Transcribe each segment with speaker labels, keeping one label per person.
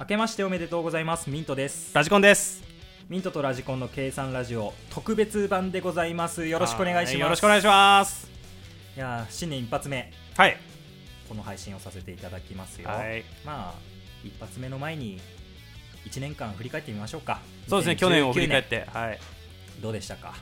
Speaker 1: 明けましておめでとうございますミントです
Speaker 2: ラジコンです
Speaker 1: ミントとラジコンの計算ラジオ特別版でございますよ
Speaker 2: よ
Speaker 1: ろしくお願いします
Speaker 2: よろしくお願いします
Speaker 1: いやー新年一発目
Speaker 2: はい
Speaker 1: この配信をさせていただきますよ、
Speaker 2: はい
Speaker 1: まあ一発目の前に1年間振り返ってみましょうか
Speaker 2: そうですね去年を振り返っててはい
Speaker 1: どうでしたか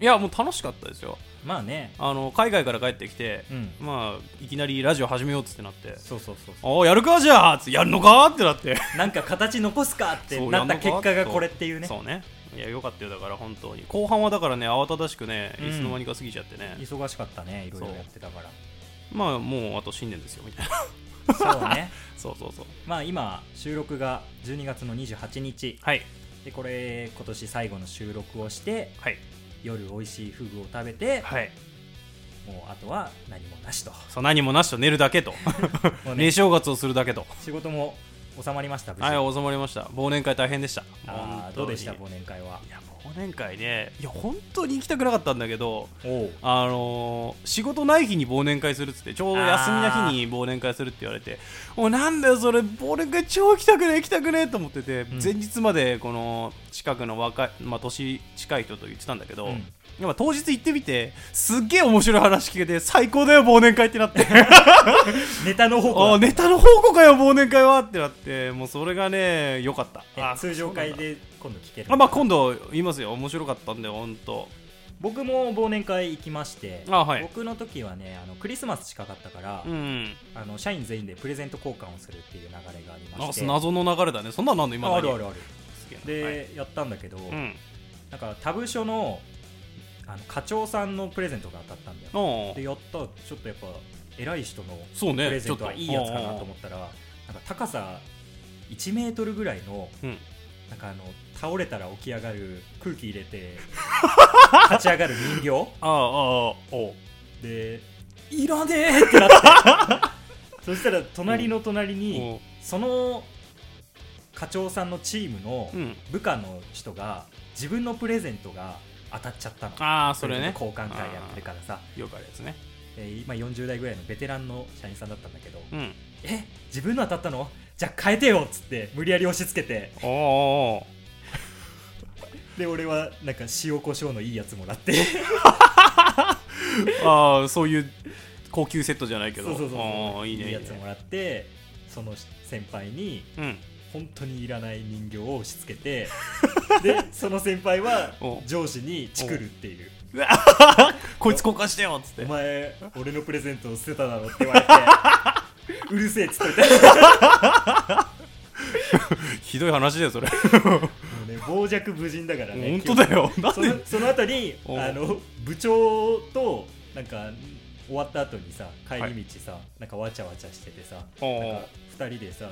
Speaker 2: いやもう楽しかったですよ
Speaker 1: まあね
Speaker 2: あの海外から帰ってきて、
Speaker 1: うん
Speaker 2: まあいきなりラジオ始めようっつってなって
Speaker 1: そうそうそうそ
Speaker 2: ああやるかじゃあつってやるのかってなって
Speaker 1: うなんか形残すかって
Speaker 2: そう
Speaker 1: なった結果
Speaker 2: やんの
Speaker 1: が
Speaker 2: か
Speaker 1: これっていうね
Speaker 2: そうねいやよかったよだから本当に後半はだからね慌ただしくね
Speaker 1: うん
Speaker 2: いつの間にか過ぎちゃってね、
Speaker 1: 忙しかったねいろいろ
Speaker 2: そう
Speaker 1: やってたから
Speaker 2: まあもうあと新年ですよみたいな
Speaker 1: そうね
Speaker 2: そうそうそう
Speaker 1: まあ今収録が12月の28日
Speaker 2: はい
Speaker 1: でこれ今年最後の収録をして
Speaker 2: はい
Speaker 1: 夜美味しいフグを食べて
Speaker 2: はい
Speaker 1: もうあとは何もなし と
Speaker 2: そう何もなしと寝るだけと
Speaker 1: もうね
Speaker 2: 寝正月をするだけと
Speaker 1: 仕事も収まりました無事、
Speaker 2: はい収まりました忘年会大変でした
Speaker 1: あ
Speaker 2: 本
Speaker 1: ー
Speaker 2: 当
Speaker 1: ど
Speaker 2: に
Speaker 1: うでした忘年会はい
Speaker 2: や忘年会ねいや本当に行きたくなかったんだけど
Speaker 1: おう
Speaker 2: あのー仕事ない日に忘年会するっつってちょうど休みな日に忘年会するって言われておいなんだよそれ忘年会超行きたくねえ行きたくねえと思ってて、
Speaker 1: ん
Speaker 2: 前日までこの近くの若い、まあ、年近い人と言ってたんだけど、
Speaker 1: うん
Speaker 2: やっぱ当日行ってみてすっげえ面白い話聞けて最高だよ忘年会ってなって
Speaker 1: ネタの方
Speaker 2: あ
Speaker 1: 向
Speaker 2: ーネタの宝庫かよ忘年会はってなってもうそれがね良かった
Speaker 1: え
Speaker 2: あー
Speaker 1: 通常
Speaker 2: そう
Speaker 1: 会
Speaker 2: なんだ
Speaker 1: で今度聞ける
Speaker 2: あまあ今度言いますよ面白かったんだよ本当
Speaker 1: 僕も忘年会行きまして
Speaker 2: あはい
Speaker 1: 僕の時はねあのクリスマス近かったから、
Speaker 2: うん
Speaker 1: あの社員全員でプレゼント交換をするっていう流れがありま
Speaker 2: あ
Speaker 1: して
Speaker 2: 謎の流れだねそんなのあんの今
Speaker 1: ああるあるあるで、
Speaker 2: で、
Speaker 1: やったんだけど、
Speaker 2: はい、うん
Speaker 1: なんか他部署のあの課長さんのプレゼントが当たったんだよ
Speaker 2: あ
Speaker 1: でやったらちょっとやっぱ偉い人の
Speaker 2: そうね
Speaker 1: プレゼントは
Speaker 2: ちょっと
Speaker 1: いいやつかなと思ったらなんか高さ1メートルぐらいの
Speaker 2: うん
Speaker 1: なんかあの倒れたら起き上がる空気入れ て立ち上がる人形
Speaker 2: ああああおう
Speaker 1: で「いらねえ!」ってな ってそしたら隣の隣に
Speaker 2: おう
Speaker 1: その課長さんのチームの
Speaker 2: うん
Speaker 1: 部下の人が自分のプレゼントが当たっちゃったの
Speaker 2: ああそれね
Speaker 1: 交換会やってるからさ、
Speaker 2: よくあるやつね
Speaker 1: えー今40代ぐらいのベテランの社員さんだったんだけど、
Speaker 2: うん
Speaker 1: え自分の当たったのじゃあ変えてよっつって無理やり押し付けて
Speaker 2: おうおう
Speaker 1: で俺はなんか塩コショウのいいやつもらって
Speaker 2: おうああそういう高級セットじゃないけ
Speaker 1: そう
Speaker 2: ど
Speaker 1: そうそう
Speaker 2: あ
Speaker 1: そ
Speaker 2: あ
Speaker 1: う
Speaker 2: いいねいい
Speaker 1: やつも
Speaker 2: ね
Speaker 1: らってその先輩に
Speaker 2: うん
Speaker 1: 本当にいらない人形を押し付け てでその先輩は
Speaker 2: お
Speaker 1: 上司にチクるっていう
Speaker 2: こいつ交換してよっつっ
Speaker 1: 「お
Speaker 2: て
Speaker 1: 前俺のプレゼントを捨てただろ」って言われて 「うるせえ」っつっといて
Speaker 2: ひどい話だよそれ
Speaker 1: もうね 傍若無人だからね
Speaker 2: 本当だよなん
Speaker 1: その
Speaker 2: で
Speaker 1: その後に
Speaker 2: おう
Speaker 1: あの部長となんか終わった後にさ帰り道さ、なんかわちゃわちゃしててさ
Speaker 2: おう
Speaker 1: なんか2人でさ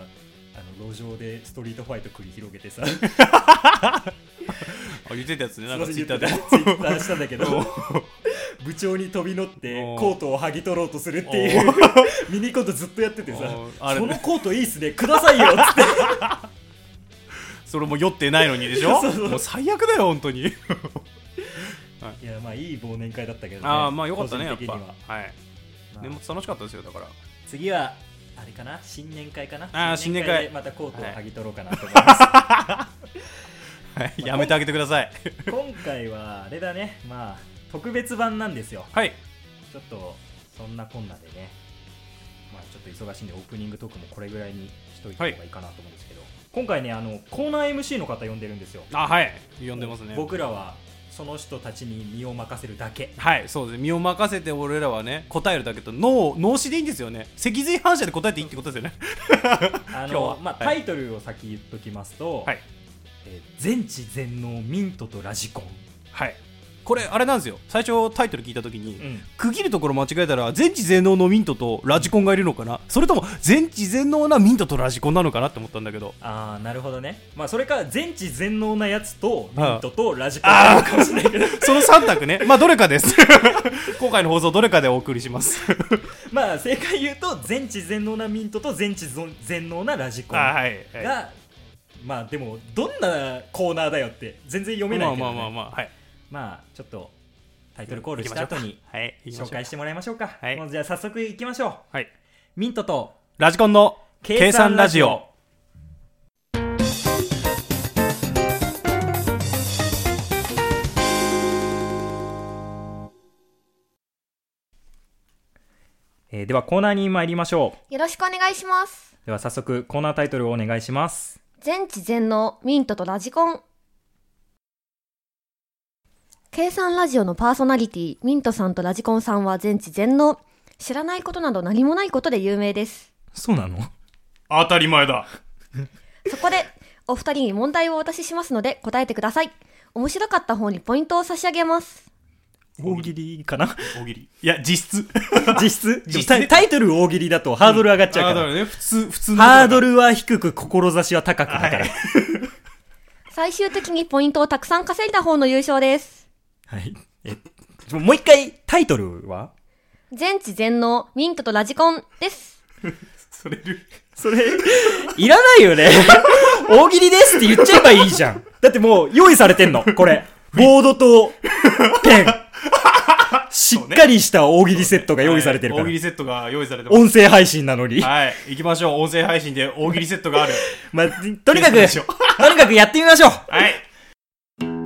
Speaker 1: あの路上でストリートファイト繰り広げ てさ
Speaker 2: あ言ってたやつねなん
Speaker 1: ま
Speaker 2: か
Speaker 1: せん
Speaker 2: ツ
Speaker 1: 言
Speaker 2: イッタ
Speaker 1: っ
Speaker 2: ーで
Speaker 1: てたツイッターしたんだけ
Speaker 2: お
Speaker 1: ど部長に飛び乗って
Speaker 2: おう
Speaker 1: コートを剥ぎ取ろうとするっていう ミニコントずっとやっててさ
Speaker 2: おうあれ
Speaker 1: そのコートいいっすねくださいよっつって
Speaker 2: それも酔ってないのにでしょ
Speaker 1: そうそう
Speaker 2: もう最悪だよ本当に
Speaker 1: いやまあいい忘年会だったけどね
Speaker 2: ああまあよかったねや
Speaker 1: 個
Speaker 2: っ
Speaker 1: 人的
Speaker 2: ぱ
Speaker 1: には
Speaker 2: はい
Speaker 1: まあ
Speaker 2: 年末楽しかったですよだから
Speaker 1: 次はあれかな新年会かな
Speaker 2: あー新年会
Speaker 1: でまたコートを剥ぎ取ろうかなと思い ます、
Speaker 2: はいやめてあげてください
Speaker 1: 今回はあれだねまあ特別版なんですよ
Speaker 2: はい
Speaker 1: ちょっとそんなこんなでねまあちょっと忙しいんでオープニングトークもこれぐらいにしといた方がいいかなと思うんですけど、今回ねあのコーナー MC の方呼んでるんですよ
Speaker 2: あはい呼んでますね
Speaker 1: 僕らはその人たちに身を任せるだけ
Speaker 2: はいそうです身を任せて俺らはね答えるだけと脳脳死でいいんですよね脊髄反射で答えていいってことですよね
Speaker 1: あ
Speaker 2: 今日は
Speaker 1: の、まあ、
Speaker 2: は
Speaker 1: タ
Speaker 2: い
Speaker 1: イトルを先言っときますと、
Speaker 2: はい
Speaker 1: えー全知全能ミントとラジコン」
Speaker 2: はいこれあれなんですよ最初タイトル聞いた時に、
Speaker 1: うん
Speaker 2: 区切るところ間違えたら全知全能のミントとラジコンがいるのかなそれとも全知全能なミントとラジコンなのかなって思ったんだけど
Speaker 1: ああなるほどねまあそれか全知全能なやつとミ
Speaker 2: ああ
Speaker 1: ントとラジコンなのかもしれないけど
Speaker 2: その3択ねまあどれか です今回の放送どれかでお送りします
Speaker 1: まあ正解言うと全知全能なミントと全知全能なラジコン
Speaker 2: あ
Speaker 1: が
Speaker 2: はい、はい
Speaker 1: まあでもどんなコーナーだよって全然読めないけど、ね
Speaker 2: ま
Speaker 1: ま
Speaker 2: あ
Speaker 1: あ
Speaker 2: まあまあまあはい
Speaker 1: ちょっとタイトルコールした後に
Speaker 2: はい行きま
Speaker 1: 紹
Speaker 2: しょう
Speaker 1: 介してもらいましょうか、
Speaker 2: はい
Speaker 1: もうじゃあ早速いきましょう
Speaker 2: はい
Speaker 1: ミントと
Speaker 2: ラジコンの
Speaker 1: 計
Speaker 2: 計
Speaker 1: 算
Speaker 2: 算
Speaker 1: ラ
Speaker 2: ラ
Speaker 1: ジ
Speaker 2: ジ
Speaker 1: オ
Speaker 2: オ
Speaker 1: えーではコーナーに参りましょ
Speaker 3: よろしくお願いします
Speaker 1: うでは早速コーナータイトルをお願いします
Speaker 3: 全知全能ミントとラジコン計算ラジオのパーソナリティミントさんとラジコンさんは全知全能知らないことなど何もないことで有名です
Speaker 1: そうなの
Speaker 2: 当たり前だ
Speaker 3: そこでお二人に問題をお渡ししますので答えてください面白かった方にポイントを差し上げます
Speaker 1: 大喜利か な
Speaker 2: 大喜利いや実質
Speaker 1: 実質
Speaker 2: 実質
Speaker 1: タイタイトル大喜利だとハードル上がっちゃうか
Speaker 2: ハー
Speaker 1: ら、
Speaker 2: ドルね普通普通の
Speaker 1: ハードルは低く志は高くだから
Speaker 2: はい
Speaker 3: 最終的にポイントをたくさん稼いだ方の優勝です
Speaker 1: はい。え、ちょもう一回、タイトルは
Speaker 3: 全知全能ミントとラジコンです
Speaker 2: それル
Speaker 1: それ、いらないよ ね。大喜利ですって言っちゃえばいいじゃん。だってもう用意されてんの、これ。ボードとペン。しっかりした大喜利セットが用意されてるか
Speaker 2: は
Speaker 1: ら
Speaker 2: い大喜利。セットが用意されてます
Speaker 1: 音声配信なのに。
Speaker 2: はい行きましょう音声配信で大喜利セット がある
Speaker 1: まあ、とにかく、
Speaker 2: でしょ
Speaker 1: とにかくやってみましょう。
Speaker 2: はい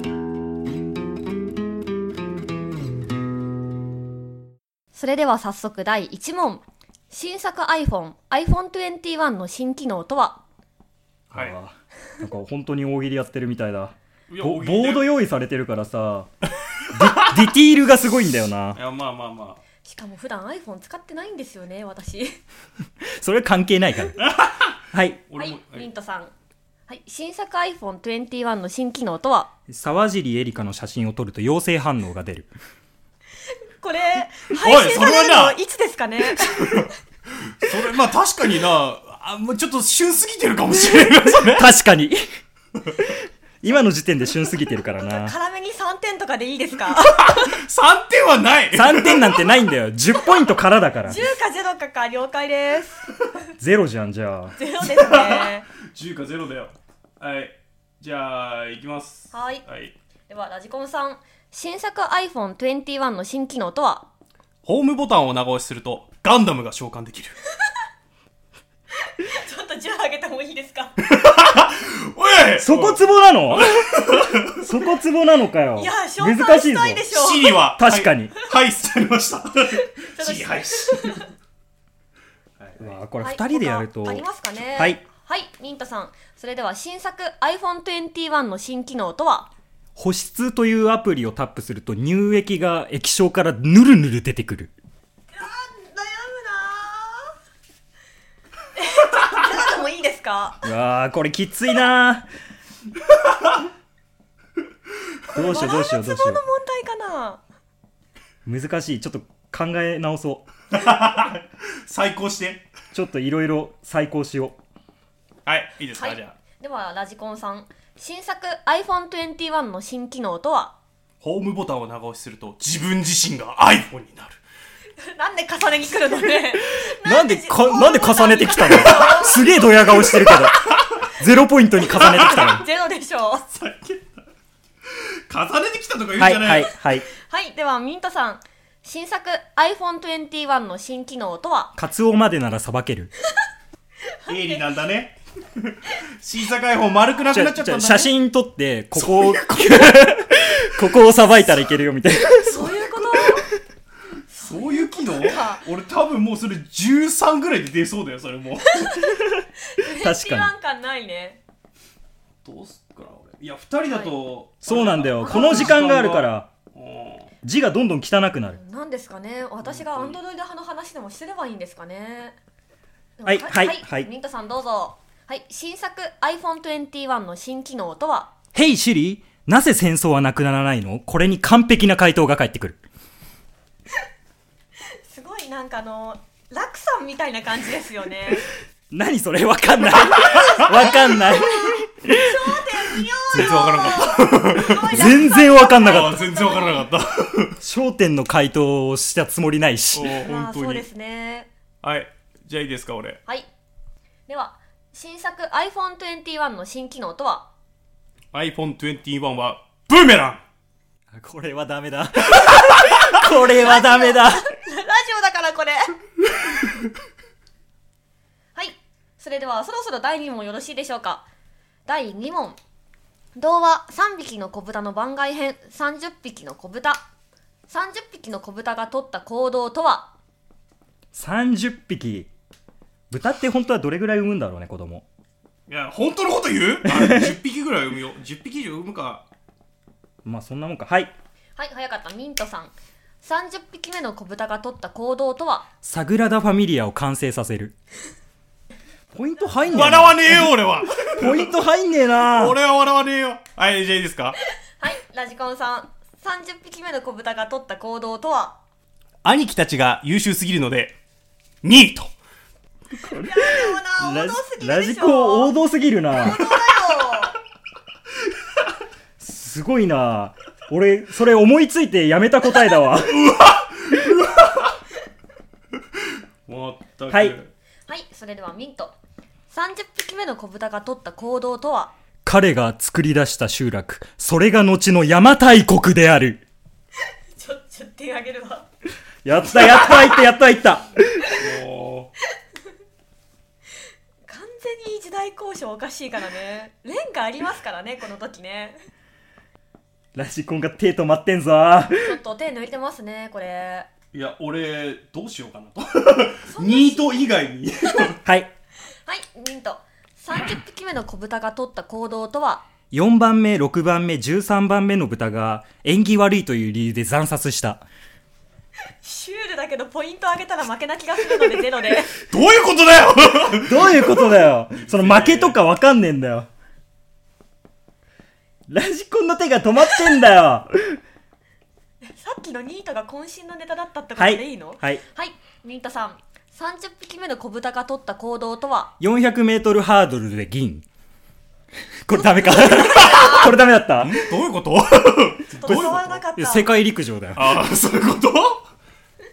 Speaker 3: それでは早速第1問新作 iPhoneiPhone21 の新機能とは
Speaker 2: はい
Speaker 1: あーなんか本当に大喜利やってるみたいだ。
Speaker 2: いや
Speaker 1: ぼ
Speaker 2: 大喜利
Speaker 1: ボ
Speaker 2: だ
Speaker 1: ー
Speaker 2: よ。
Speaker 1: ド用意されてるからさ、ディディティールがすごいんだよない
Speaker 2: やまあまあまあ
Speaker 3: しかも普段 iPhone 使ってないんですよね私
Speaker 1: それは関係ない から。はい。
Speaker 3: は
Speaker 2: 俺も
Speaker 3: い、
Speaker 2: はい
Speaker 3: ミントさん。はい、新作 iPhone21 の新機能とは
Speaker 1: 沢尻エリカの写真を撮ると陽性反応が出る。
Speaker 3: これ、
Speaker 2: 配信されるのそれはない
Speaker 3: つですかね
Speaker 2: それまあ確かになあもうちょっと旬すぎてるかもしれない それ
Speaker 1: 確かに今の時点で旬すぎてるからな。
Speaker 3: 辛めに3点とかでいいです か
Speaker 2: 3点はない
Speaker 1: 3点なんてないんだよ。10ポイントからだから。
Speaker 3: か0かか了解です。
Speaker 1: ゼロじゃん、じゃあ。
Speaker 3: 0ですね。
Speaker 2: 10か0だよはいじゃあ行きます
Speaker 3: はい
Speaker 2: はい
Speaker 3: では、ラジコンさん。新作 iPhone21 の新機能とは
Speaker 2: ホームボタンを長押しするとガンダムが召喚 できる
Speaker 3: ちょっと10上げてもいいですか
Speaker 2: おい
Speaker 1: そこツボなのそこツボなのかよ。
Speaker 3: いや、賞賛
Speaker 1: 難しいぞ
Speaker 3: した。いでしょ。
Speaker 2: シリ は
Speaker 1: 確かに
Speaker 2: はい、はい、されま した
Speaker 3: と
Speaker 2: シリ廃止
Speaker 1: うわこれ
Speaker 3: はい
Speaker 1: 2人でやると、
Speaker 3: 他ありますかね
Speaker 1: はい。
Speaker 3: はい、ミントさん。それでは、新作 iPhone21 の新機能とは
Speaker 1: 保湿というアプリをタップすると乳液が液晶からぬるぬる出てくる。
Speaker 3: 悩むなぁ。え、でもいいですか。
Speaker 1: うわーこれきついなーどうしようどうしようどうしよう
Speaker 3: の問題かな。
Speaker 1: 難しいちょっと考え直そう
Speaker 2: 最高して
Speaker 1: ちょっといろいろ再考しよ
Speaker 2: はいいいですか、
Speaker 3: はい
Speaker 2: じゃあ
Speaker 3: ではラジコンさん、新作 iPhone21 の新機能とは。
Speaker 2: ホームボタンを長押しすると自分自身が iPhone になる
Speaker 3: なんで重ねに来るのね。
Speaker 1: う なんでかなんで重ねてきたのすげえドヤ顔してるけどゼロポイントに重ねてきたの
Speaker 3: ゼロでしょう。
Speaker 2: 最近重ねてきたとか言うんじ
Speaker 1: はい
Speaker 2: ゃない、
Speaker 1: はいはい
Speaker 3: はい、ではミントさん、新作 iPhone21 の新機能とは。
Speaker 1: カツオまでならさばける
Speaker 2: 鋭利なんだね 新作 iPhone 丸くなくなっちゃったんだ、ね、
Speaker 1: 写真撮ってここを ここをさばいたらいけるよみた いな
Speaker 3: そういうこと。
Speaker 2: そういう機能
Speaker 3: か
Speaker 2: 俺多分もうそれ13ぐらいで出そうだよそ れもう
Speaker 1: 確かに
Speaker 3: 21感ないね。
Speaker 2: どうすっかな俺いや2人だと、
Speaker 1: そうなんだよこの時間があるから字がどんどん汚くなる
Speaker 3: なんですかね。私がアンドロイド派の話でもしてればいいんですかね。
Speaker 1: はいはいはい
Speaker 3: ミントさんどうぞ。はい、新作 iPhone21 の新機能とは。
Speaker 1: 「ヘイシリなぜ戦争はなくならないの?」これに完璧な回答が返ってくる
Speaker 3: すごいなんかあの楽さんみたいな感じです よね。
Speaker 1: 何それわかん ないわかんない
Speaker 2: 全然わからなかっ
Speaker 1: 全然わかんな
Speaker 2: た
Speaker 1: かっ
Speaker 2: あー全然わからなか った
Speaker 1: た焦点の回答をしたつもりないし
Speaker 2: おー
Speaker 3: まあ
Speaker 2: 本
Speaker 3: そ
Speaker 2: 当
Speaker 3: う
Speaker 2: に
Speaker 3: ですね。
Speaker 2: はいじゃあいいですか俺
Speaker 3: はい。では新作 iPhone21 の新機能とは
Speaker 2: iPhone21 はブーメラン
Speaker 1: これはダメだこれはダメだ
Speaker 3: ラジオだからこれ。はい。それではそろそろ第2問よろしいでしょうか。第2問。童話3匹の子豚の番外編30匹の子豚。30匹の子豚が取った行動とは
Speaker 1: 30匹豚って本当はどれぐらい産むんだろうね子供
Speaker 4: いや、本当のこと言うあ ?10 匹ぐらい産むよ。10匹以上産むか。
Speaker 1: まあそんなもんかはい
Speaker 3: はい早かったミントさん30匹目の子豚が取った行動とは
Speaker 1: サグラダ・ファミリアを完成させるポイント入んねえ
Speaker 4: 笑わねえよ、俺は。
Speaker 1: ポイント入んねえな
Speaker 4: 俺は笑わねえよ。はい、じゃあいいですか
Speaker 3: はいラジコンさん30匹目の子豚が取った行動とは
Speaker 2: 兄貴たちが優秀すぎるので、
Speaker 4: ?2 位と。
Speaker 3: いや
Speaker 1: ラ
Speaker 3: 王
Speaker 1: ジ
Speaker 3: 道すぎる
Speaker 1: ラ
Speaker 3: で
Speaker 1: ジ
Speaker 3: しょ
Speaker 1: コ王道すぎるな
Speaker 3: 王道だよ
Speaker 1: すごいな俺それ思いついてやめた答えだわ
Speaker 4: まったく。
Speaker 1: はい
Speaker 3: はいそれではミント30匹目の子豚が取った行動とは
Speaker 1: 彼が作り出した集落それが後の邪馬台国である
Speaker 3: ちょちょ手あげるわ
Speaker 1: やったやったいったやったいった
Speaker 4: お
Speaker 3: 完全に時代交渉おかしいからねレンガありますからねこの時ね
Speaker 1: ラジコンが手止まってんぞー
Speaker 3: ちょっと手抜いてますねこれ
Speaker 4: ーいや、俺、どうしようかなと。2と以外に。
Speaker 1: はい
Speaker 3: はいミント30匹目の子豚が取った行動とは
Speaker 1: 4番目6番目13番目の豚が縁起悪いという理由で惨殺した
Speaker 3: シュールだけどポイントあげたら負けな気がするのでゼロ で
Speaker 4: どういうことだよ
Speaker 1: どういうことだよその負けとかわかんねえんだよラジコンの手が止まってんだよ
Speaker 3: さっきのニートが渾身のネタだったってこと
Speaker 1: は
Speaker 3: でいい
Speaker 1: い
Speaker 3: のはい、
Speaker 1: はい
Speaker 3: ミントさん30匹目の子豚が取った行動とは
Speaker 1: 400m ハードルで銀これダメかこれダメだった
Speaker 4: どういうこと
Speaker 3: ちょっと伝わらなかっ
Speaker 1: いや
Speaker 3: た
Speaker 1: 世界陸上だよ
Speaker 4: ああ、そういうこと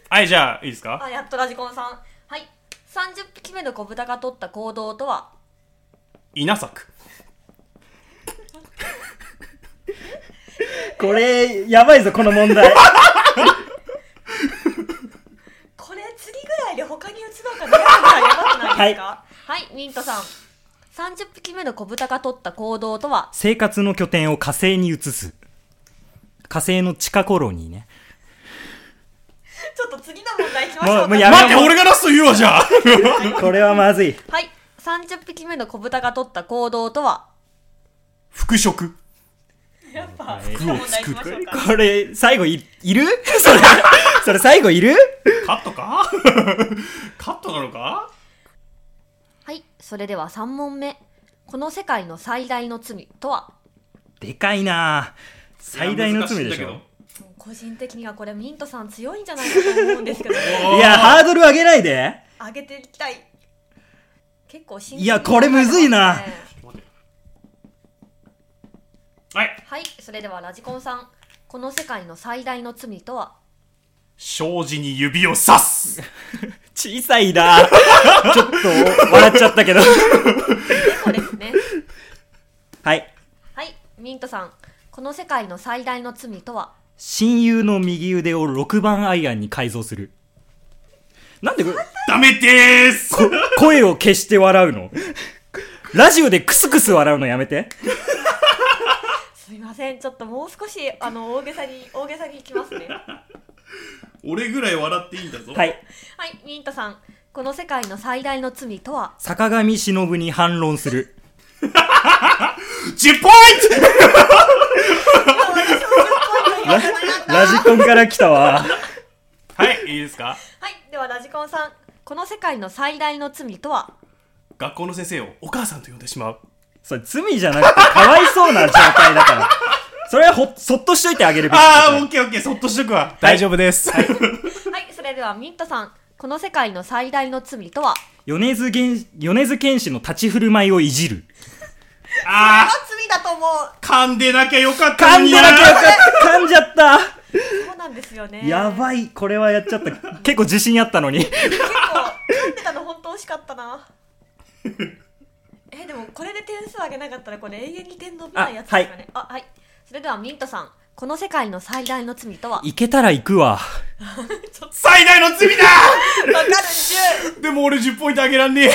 Speaker 4: はい、じゃあ、いいですか
Speaker 3: あやっとラジコンさんはい30匹目の子豚が取った行動とは
Speaker 4: 稲作。
Speaker 1: これやばいぞこの問題
Speaker 3: これ次ぐらいで他に移ろうか悩んだらやばくないですかはい、ミントさん30匹目の子豚が取った行動とは
Speaker 1: 生活の拠点を火星に移す火星の地下コロニーね
Speaker 3: ちょっと次の問題いきましょう
Speaker 1: も
Speaker 3: か
Speaker 1: うもうやめ
Speaker 4: 待って、
Speaker 1: よ
Speaker 4: 俺がラスト言うわ、じゃあ。
Speaker 1: うこれはまずい
Speaker 3: はい30匹目の子豚が取った行動とは
Speaker 4: 服飾。
Speaker 3: やっぱ次の問題いきましょうか
Speaker 1: これ、最後い、いるそれ、それ最後いる
Speaker 4: カットかカットなのか
Speaker 3: はいそれでは3問目この世界の最大の罪とは
Speaker 1: でかいなぁ最大の罪でし
Speaker 4: いや難いん
Speaker 1: ょ
Speaker 4: だ。
Speaker 3: 個人的にはこれミントさん強いんじゃないかと思うんですけど
Speaker 4: け
Speaker 3: ね
Speaker 4: ど
Speaker 1: いや、ハードル上げないで。
Speaker 3: 上げていきたい結構真剣に
Speaker 1: いやこれむずいな
Speaker 3: 考えてますね
Speaker 4: はい。
Speaker 3: はい、それではラジコンさん、この世界の最大の罪とは
Speaker 4: 障子に指を刺す。
Speaker 1: 小さいなぁちょっと、笑っちゃったけど。
Speaker 3: 猫です ね。
Speaker 1: はい。
Speaker 3: はい、ミントさん、この世界の最大の罪とは
Speaker 1: 親友の右腕を6番アイアンに改造する。なんでこ
Speaker 4: ダメでーす。
Speaker 1: こ声を消して笑うのラジオでクスクス笑うのやめて。
Speaker 3: すみません、ちょっともう少しあの大げさに大げさにいきますね。は
Speaker 4: 俺ぐらい笑っていいんだぞ。
Speaker 1: はい。
Speaker 3: い、ミントさん、この世界の最大の罪とは
Speaker 1: 坂上忍に反論する。
Speaker 4: 10ポイント
Speaker 3: はい、
Speaker 1: ラジコンから来たわ。
Speaker 4: はい、いいですか
Speaker 3: ではラジコンさん、この世界の最大の罪とは
Speaker 4: 学校の先生をお母さんと呼んでしまう。
Speaker 1: それ罪じゃなくてかわいそうな状態だから。それはほ、そっとしといてあげるべき
Speaker 4: あー、オ
Speaker 1: だ
Speaker 4: ッケーオッケー、そっとしとくわ。
Speaker 2: 大丈夫です。
Speaker 3: はい、それではミントさん、この世界の最大の罪とは
Speaker 1: 米津玄、米津玄師の立ち振る舞いをいじる。
Speaker 4: あー、
Speaker 3: 罪だと思う
Speaker 4: 噛んでなきゃよかった
Speaker 1: 噛
Speaker 4: の
Speaker 1: ん
Speaker 4: に
Speaker 1: でなきゃよかった噛んじゃった
Speaker 3: そうなんですよね
Speaker 1: やばい、これはやっちゃった。結構自信あったのに。
Speaker 3: 結構噛んでたの本当惜しかっ たなえでもこれで点数上げなかったらこれ永遠に点伸びないやつですかねあはい、それではミントさんこの世界の最大の罪とは
Speaker 1: いけたら行くわ。
Speaker 4: 最大の罪だ
Speaker 3: 分か る
Speaker 4: でも俺10ポイントあげらんね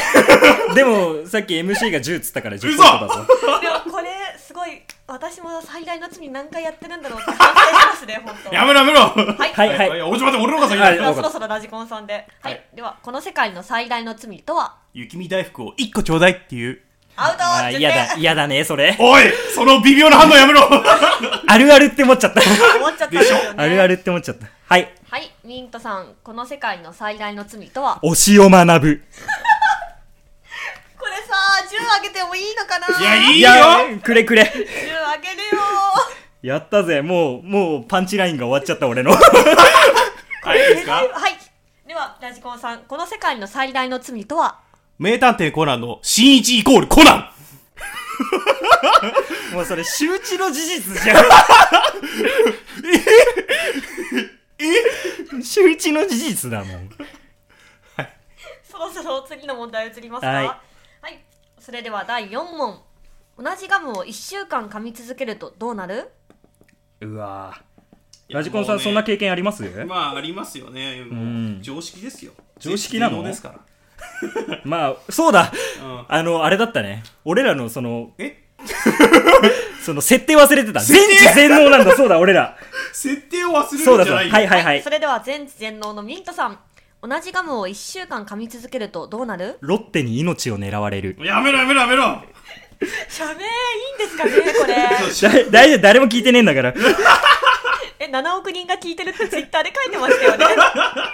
Speaker 4: え。
Speaker 1: でも、さっき MC が10つったから10ポイントだぞ。
Speaker 3: 10でもこれすごい私も最大の罪何回やってるんだろうって反省しますね、本 当。
Speaker 4: やめろやめろ
Speaker 3: はい。
Speaker 1: はい
Speaker 4: いやおじまで俺の方が先だ
Speaker 1: はい
Speaker 3: ではそろそろラジコンさんで。はい。
Speaker 4: はい
Speaker 3: では、この世界の最大の罪とは、
Speaker 2: 雪見大福を1個ちょうだいっていう
Speaker 3: アウト
Speaker 1: あ
Speaker 3: 受
Speaker 1: ー
Speaker 3: 験
Speaker 1: 嫌だ、嫌だね、それ。
Speaker 4: おいその微妙な反応やめろ
Speaker 1: あるあるって思っちゃった。
Speaker 3: 思っちゃったんですよね。
Speaker 1: あるあるって思っちゃった。はい。
Speaker 3: はい。ミントさん、この世界の最大の罪とは、
Speaker 1: 推しを学ぶ。
Speaker 3: これさ、銃あげてもいいのかない
Speaker 4: やいい
Speaker 1: い
Speaker 4: よ
Speaker 1: や、くれくれ。
Speaker 3: 銃あげる よ
Speaker 1: やったぜ。もう、もうパンチラインが終わっちゃった俺の。
Speaker 4: はいいいですか
Speaker 3: はい。では、ラジコンさん、この世界の最大の罪とは、
Speaker 2: 名探偵コナンの新一イコールコナン
Speaker 1: もうそれ周知の事実じゃん。ええ周知の事実だもん。
Speaker 3: そろそろ次の問題移りますかは
Speaker 1: はいい、
Speaker 3: それでは第4問同じガムを1週間噛み続けるとどうなる
Speaker 1: うわラジコンさん、そんな経験あります
Speaker 4: まあありますよねもう常識ですよ
Speaker 1: 常識なの
Speaker 4: 絶対ですから
Speaker 1: まあ、そうだ
Speaker 4: ん。
Speaker 1: あの、あれだったね。俺らのその、
Speaker 4: え
Speaker 1: その設定忘れてた。全知全能なんだ、そうだ、俺 ら。
Speaker 4: 設定を忘れ
Speaker 1: そう
Speaker 4: るんじゃ
Speaker 1: だ、そうだ。
Speaker 4: な
Speaker 1: はいい
Speaker 4: よ
Speaker 1: はいはい
Speaker 3: そ。れでは全知全能のミントさん同じガムを1週間噛み続けるとどうなる
Speaker 1: ロッテに命を狙われる。
Speaker 4: やめろやめろやめろ
Speaker 3: やめーいいんです かねこれ
Speaker 1: だ大丈夫、誰も聞いてねえんだ から。
Speaker 3: え7億人が聞いてるってツイッターで書いてましたよね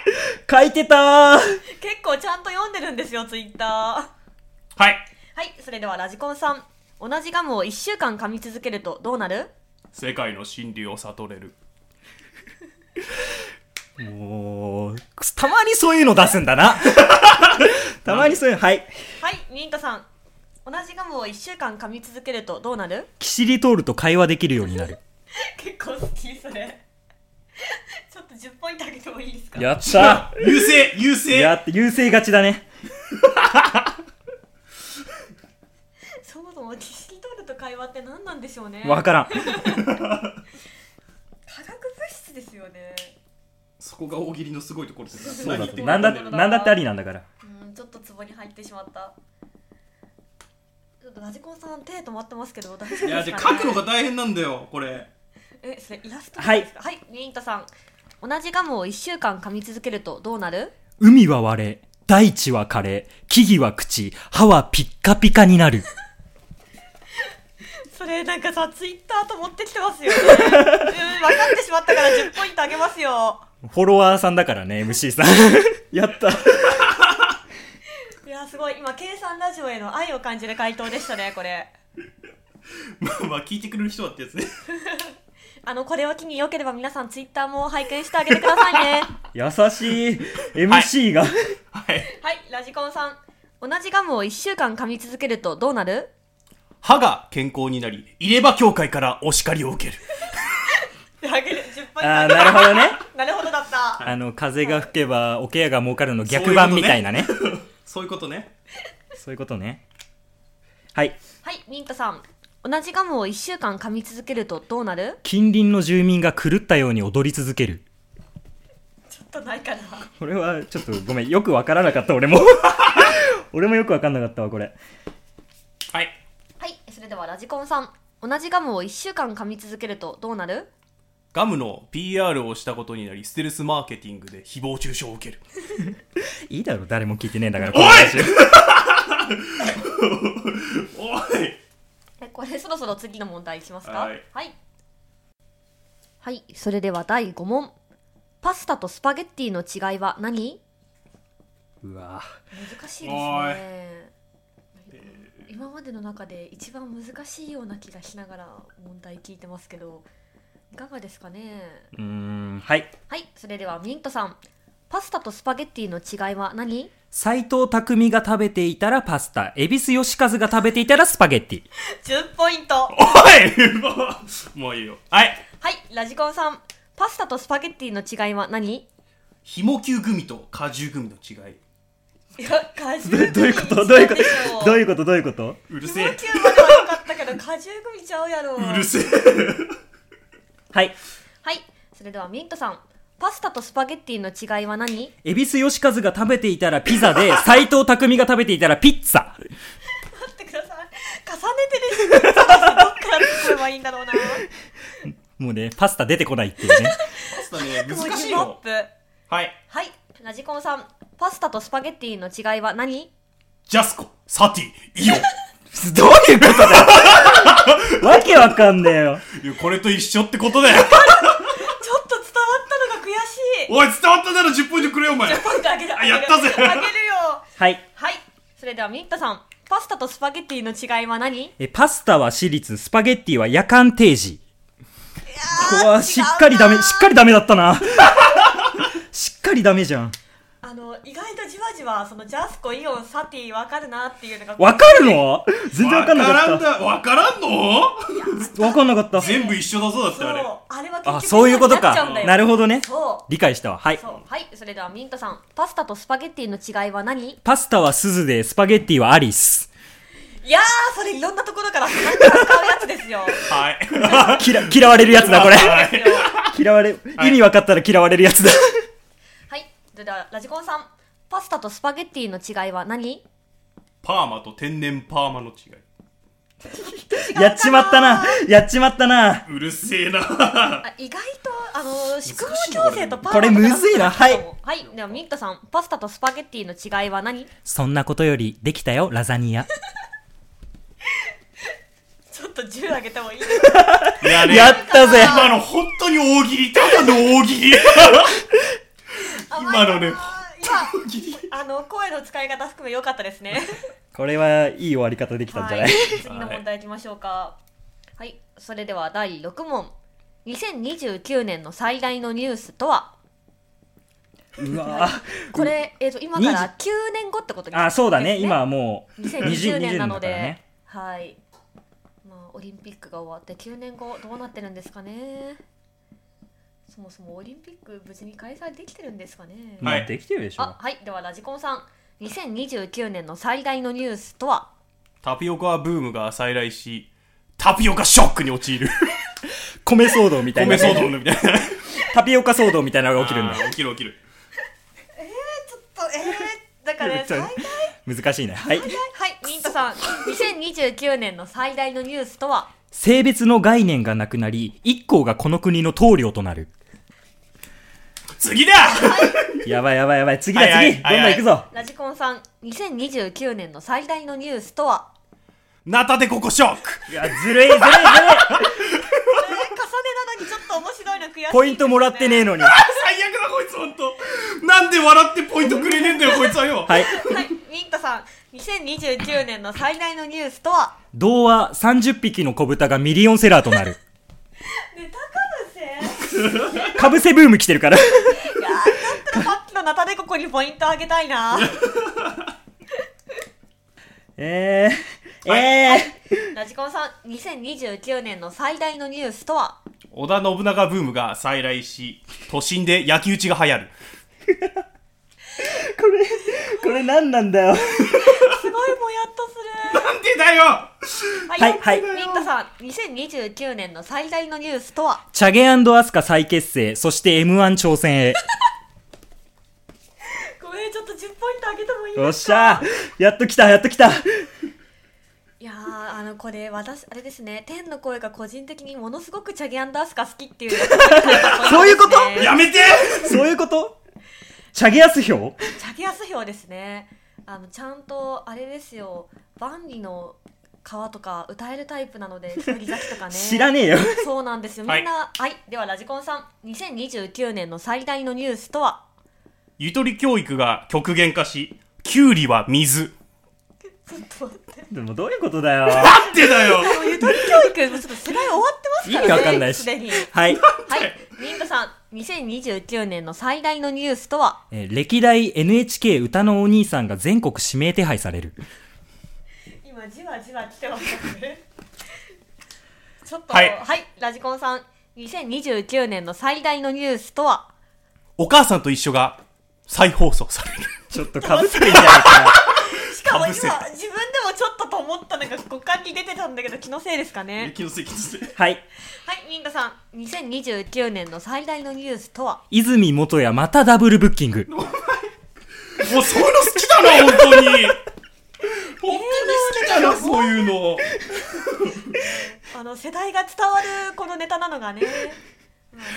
Speaker 1: 書いてたー。
Speaker 3: 結構ちゃんと読んでるんですよツイッターは
Speaker 4: はい
Speaker 3: いそれではラジコンさん同じガムを1週間噛み続けるとどうなる
Speaker 4: 世界の真理を悟れる
Speaker 1: もう、たまにそういうの出すんだ な。たまにそういうの、はい。
Speaker 3: はいミントさん同じガムを1週間噛み続けるとどうなる
Speaker 1: キシリトールと会話できるようになる。
Speaker 3: 結構好きそれ ちょっと10ポイントあげてもいいですか
Speaker 1: やった
Speaker 4: 優勢優勢
Speaker 1: やって、優勢勝ちだね。
Speaker 3: そもそもディスキトールと会話って何なんでしょうね
Speaker 1: わからん。
Speaker 3: 化学物質ですよね
Speaker 4: そこが大喜利のすごいところです
Speaker 1: そう
Speaker 4: 何
Speaker 1: だっ。
Speaker 4: 言ってて
Speaker 1: なんだって、なんだってありなんだから。
Speaker 3: うんちょっとツボに入ってしまったちょっとラジコンさん手止まってますけど大丈夫ですか、
Speaker 4: い
Speaker 3: ね、
Speaker 4: やじゃあ書くのが大変なんだよこれ
Speaker 3: えそれイラストとかですかはい、ミントさん同じガムを1週間噛み続けるとどうなる
Speaker 1: 海は割れ、大地は枯れ、木々は朽ち、歯はピッカピカになる。
Speaker 3: それなんかさツイッターと持ってきてます よねうん分かってしまったから10ポイントあげますよ
Speaker 1: フォロワーさんだからね、MC さん。 やった。
Speaker 3: いやすごい今計算ラジオへの愛を感じる回答でしたねこれ
Speaker 4: ま あまあ聞いてくれる人だってやつね
Speaker 3: あのこれを機に良ければ皆さんツイッターも拝見してあげてくださいね
Speaker 1: 優しい。MC が。
Speaker 4: はい
Speaker 3: はいラジコンさん同じガムを1週間噛み続けるとどうなる
Speaker 2: 歯が健康になり入れ歯協会からお叱りを受ける
Speaker 3: あげる10ポイント
Speaker 1: あ
Speaker 3: あ
Speaker 1: あ、
Speaker 3: げ
Speaker 1: なるほどね。
Speaker 3: るなるほどだった
Speaker 1: あの、風が吹けば、おケアが儲かるの逆版みたいなね。
Speaker 4: そういうことね
Speaker 1: そういうことね。はい。
Speaker 3: はいミントさん同じガムを1週間噛み続けるとどうなる
Speaker 1: 近隣の住民が狂ったように踊り続ける。
Speaker 3: ちょっとないかな
Speaker 1: これは、ちょっとごめん。よくわからなかった、俺 も。俺もよくわかんなかったわ、これ。
Speaker 4: はい
Speaker 3: はいそれではラジコンさん同じガムを1週間噛み続けるとどうなる
Speaker 2: ガムの PR をしたことになりステルスマーケティングで誹謗中傷を受ける
Speaker 1: いいだろ、誰も聞いてねえんだから。
Speaker 4: おい
Speaker 1: この話
Speaker 4: おい
Speaker 3: えこれそ ろそろ次の問題いきますか
Speaker 4: はい
Speaker 3: はい、はいそれでは第5問パスタとスパゲッティの違いは何
Speaker 1: うわ
Speaker 3: 難しいですね今までの中で一番難しいような気がしながら問題聞いてますけどいかがですかね
Speaker 1: うーん、はい。
Speaker 3: はいそれではミントさんパスタとスパゲッティの違いは何
Speaker 1: 斎藤匠が食べていたらパスタ、恵比寿義和が食べていたらスパゲッティ。
Speaker 3: 10ポイントは
Speaker 4: おいもう もういいよはい
Speaker 3: いラジコンさんパスタとスパゲッティの違いは何
Speaker 4: ひもきゅう組と果汁組の違い
Speaker 3: いや果汁
Speaker 1: どういうことどういうことどう
Speaker 3: う
Speaker 1: いうことどういうこと
Speaker 4: うる
Speaker 3: う
Speaker 4: せえ
Speaker 3: 級まではよかったけど果汁組ちゃうやろ
Speaker 4: うるせえ
Speaker 1: はい。
Speaker 3: はいそれではミントさんパスタとスパゲッティの違いは何
Speaker 1: 恵比寿義和が食べていたらピザで、斎藤匠が食べていたらピッツァ。
Speaker 3: 待ってください重ねてねどっから作ればいいいんだろうな。
Speaker 1: もうね、パスタ出てこないっていうね。
Speaker 2: パスタ ね、
Speaker 3: もう
Speaker 2: 難しい
Speaker 3: ギブアッ
Speaker 2: よ。
Speaker 3: プ。
Speaker 2: はい。
Speaker 3: はい。ラジコンさん、パスタとスパゲッティの違いは何
Speaker 2: ジャスコ、サティ、イオ。
Speaker 1: どういうことだよ わけわかんねえよ。
Speaker 2: いやこれと一緒って ことだよ。
Speaker 3: ちょっと伝わったのが悔しい。
Speaker 2: おい、伝わったなら10ポイントくれよ、お前。
Speaker 3: ポイントあげる。あげる
Speaker 2: やったぜ
Speaker 3: あげるよ。
Speaker 1: はい。
Speaker 3: はい。それではミンタさん、パスタとスパゲッティの違いは何
Speaker 1: え、パスタは私立、スパゲッティは夜間定時。ここはしっかりダメ、しっかりダメだったな。しっかりダメじゃん。
Speaker 3: あの、意外とじわじわ、そのジャスコ、イオン、サティ、わかるなっていうのが。
Speaker 1: わかるの 全然わかんなか
Speaker 2: わ
Speaker 1: っ
Speaker 2: からんだ。わからんの
Speaker 1: た。わかんなかった。
Speaker 2: 全部一緒だそうだって、
Speaker 3: そう。
Speaker 2: あれ。
Speaker 3: あれは結局
Speaker 1: あ、そういうこと
Speaker 3: にっちゃうんだ
Speaker 1: か。
Speaker 3: よ
Speaker 1: なるほどね。
Speaker 3: そ
Speaker 1: 理解したわ。は
Speaker 3: う。
Speaker 1: い
Speaker 3: そ。う。はい。それではミンタさん、パスタとスパゲッティの違いは何
Speaker 1: パスタは鈴で、スパゲッティはアリス。
Speaker 3: いやー、それいろんなところから使うやつですよ。
Speaker 2: はい。
Speaker 1: 嫌、嫌われるやつ だ、これ。
Speaker 2: はい
Speaker 3: ですよ
Speaker 1: 嫌われ、意味わかったら嫌われるやつだ。
Speaker 3: はい。それでは、ラジコンさん、パスタとスパゲッティの違いは何
Speaker 2: パーマと天然パーマの違い。
Speaker 1: やっちまったな。やっちまったな。
Speaker 2: うるせ えな。
Speaker 3: あ意外と、あのー、宿
Speaker 2: 難しい
Speaker 3: 毛
Speaker 2: な
Speaker 3: 矯正とパーマ
Speaker 1: これむずいな
Speaker 3: とかだったかもはい。では、ミントさん、パスタとスパゲッティの違いは何
Speaker 1: そんなことより、できたよ、ラザニア。
Speaker 3: ちょっと10あげてもいい
Speaker 2: いやね、
Speaker 1: やったぜ。
Speaker 2: 今の本当に大喜利、ただの大喜 利。今のね、
Speaker 3: 今、あの、声の使い方含め良かったですね。
Speaker 1: これはいい終わり方できたんじゃない、
Speaker 3: 次の問題いきましょうか。はい。それでは、第6問。2029年の最大のニュースとは
Speaker 1: うわぁ。
Speaker 3: これ、えっ、と、今から9年後ってことに
Speaker 1: あ、そうだね。
Speaker 3: です
Speaker 1: 今はもう、
Speaker 3: 2020
Speaker 1: 2020
Speaker 3: 年なので、
Speaker 1: だからね
Speaker 3: はい、まあ、オリンピックが終わって9年後どうなってるんですかねそもそもオリンピック無事に開催できてるんですかね、
Speaker 1: まあ
Speaker 2: はい
Speaker 1: できてるでしょ
Speaker 3: あ。はいではラジコンさん2029年の最大のニュースとは
Speaker 2: タピオカブームが再来し、タピオカショックに 陥る。
Speaker 1: 米騒動みたい
Speaker 2: 米
Speaker 1: な。
Speaker 2: 騒動みたいな。
Speaker 1: タピオカ騒動みたいなのが起きるんだ
Speaker 2: あ。ー起きる起きる。
Speaker 3: えー、だか ら
Speaker 1: ちょ
Speaker 3: 最大
Speaker 1: 難しいね。はい。
Speaker 3: はいミントさん2029年の最大のニュースとは
Speaker 1: 性別の概念がなくなり、一行がこの国の棟梁となる。
Speaker 2: 次だ
Speaker 1: やばいやばいやばい。次だ
Speaker 2: はいはい
Speaker 1: 次。どん
Speaker 2: はい
Speaker 1: どん
Speaker 2: はい
Speaker 1: 行くぞ。
Speaker 3: ラジコンさん2029年の最大のニュースとは
Speaker 2: ナタデココショック
Speaker 1: いや、ずるいずるいずるい。
Speaker 3: えー重ねなのにちょっと面白いの悔しい、
Speaker 1: ポイントもらってねえのに。
Speaker 2: あ最悪だこいつほんとなんで笑ってポイントくれねえんだよこいつはよ
Speaker 1: はい。
Speaker 3: はい、ミントさん、2029年の最大のニュースとは
Speaker 1: 童話30匹の子豚がミリオンセラーとなる。
Speaker 3: ネタかぶ
Speaker 1: かぶせブーム来てるから。
Speaker 3: せいやー、だったらさっきのナタデココにポイントあげたいな。
Speaker 1: えー、え
Speaker 3: ラジコンさん、2029年の最大のニュースとは
Speaker 2: 織田信長ブームが再来し都心で焼き打ちが流行る
Speaker 1: ー、これ、これ何なんだよ。
Speaker 3: すごいもやっとす
Speaker 2: なんでだよ
Speaker 3: る。は
Speaker 1: はいはい
Speaker 3: ミントさん、2029年の最大のニュースとは
Speaker 1: チャゲアスカ再結成、そして M1 挑戦へ。
Speaker 3: ごめん、ちょっと10ポイントあげてもい
Speaker 1: よっしゃーやっと来た、やっと来た。
Speaker 3: いやー、あの、これ、私、あれですね、天の声が個人的にものすごくチャギアンダースカ好きっていう。
Speaker 1: そういうこと
Speaker 2: やめて
Speaker 1: そういうことチャゲアス票
Speaker 3: チャゲアス票ですねあのちゃんとあれですよ万里の川とか歌えるタイプなので乃木崎とかね
Speaker 1: 知らねえよ。
Speaker 3: そうなんですよ
Speaker 2: はい
Speaker 3: みんなはい、ではラジコンさん2029年の最大のニュースとは
Speaker 2: ゆとり教育が極限化しきゅうりは水
Speaker 3: ちょっと待って
Speaker 1: でもどういうことだよ。
Speaker 2: なんでだよ
Speaker 3: もうゆとり教育もうちょっと世代終わってます
Speaker 1: 意
Speaker 3: からね
Speaker 1: 味わかんないし
Speaker 3: すでに
Speaker 1: はい。
Speaker 3: はいミントさん2029年の最大のニュースとは
Speaker 1: えー歴代 NHK 歌のお兄さんが全国指名手配される。
Speaker 3: 今じわじわ来てますね ちょっとは
Speaker 2: はいい、
Speaker 3: ラジコンさん2029年の最大のニュースとは
Speaker 2: お母さんと一緒が再放送される
Speaker 1: ちょっとかぶってんじゃないか
Speaker 3: しかも今
Speaker 2: 被
Speaker 3: 自
Speaker 2: せ
Speaker 3: 分
Speaker 2: た
Speaker 3: でもちょっとと思ったのが五感に出てたんだけど気のせいです かね
Speaker 2: 気のせい気のせい
Speaker 1: な。はい。
Speaker 3: はいミントさん2029年の最大のニュースとは
Speaker 1: 泉元也またダブルブッキング。
Speaker 2: もうそういうの好きだな本当 に本当に好きだなそういうの
Speaker 3: ああの世代が伝わるこのネタなのがね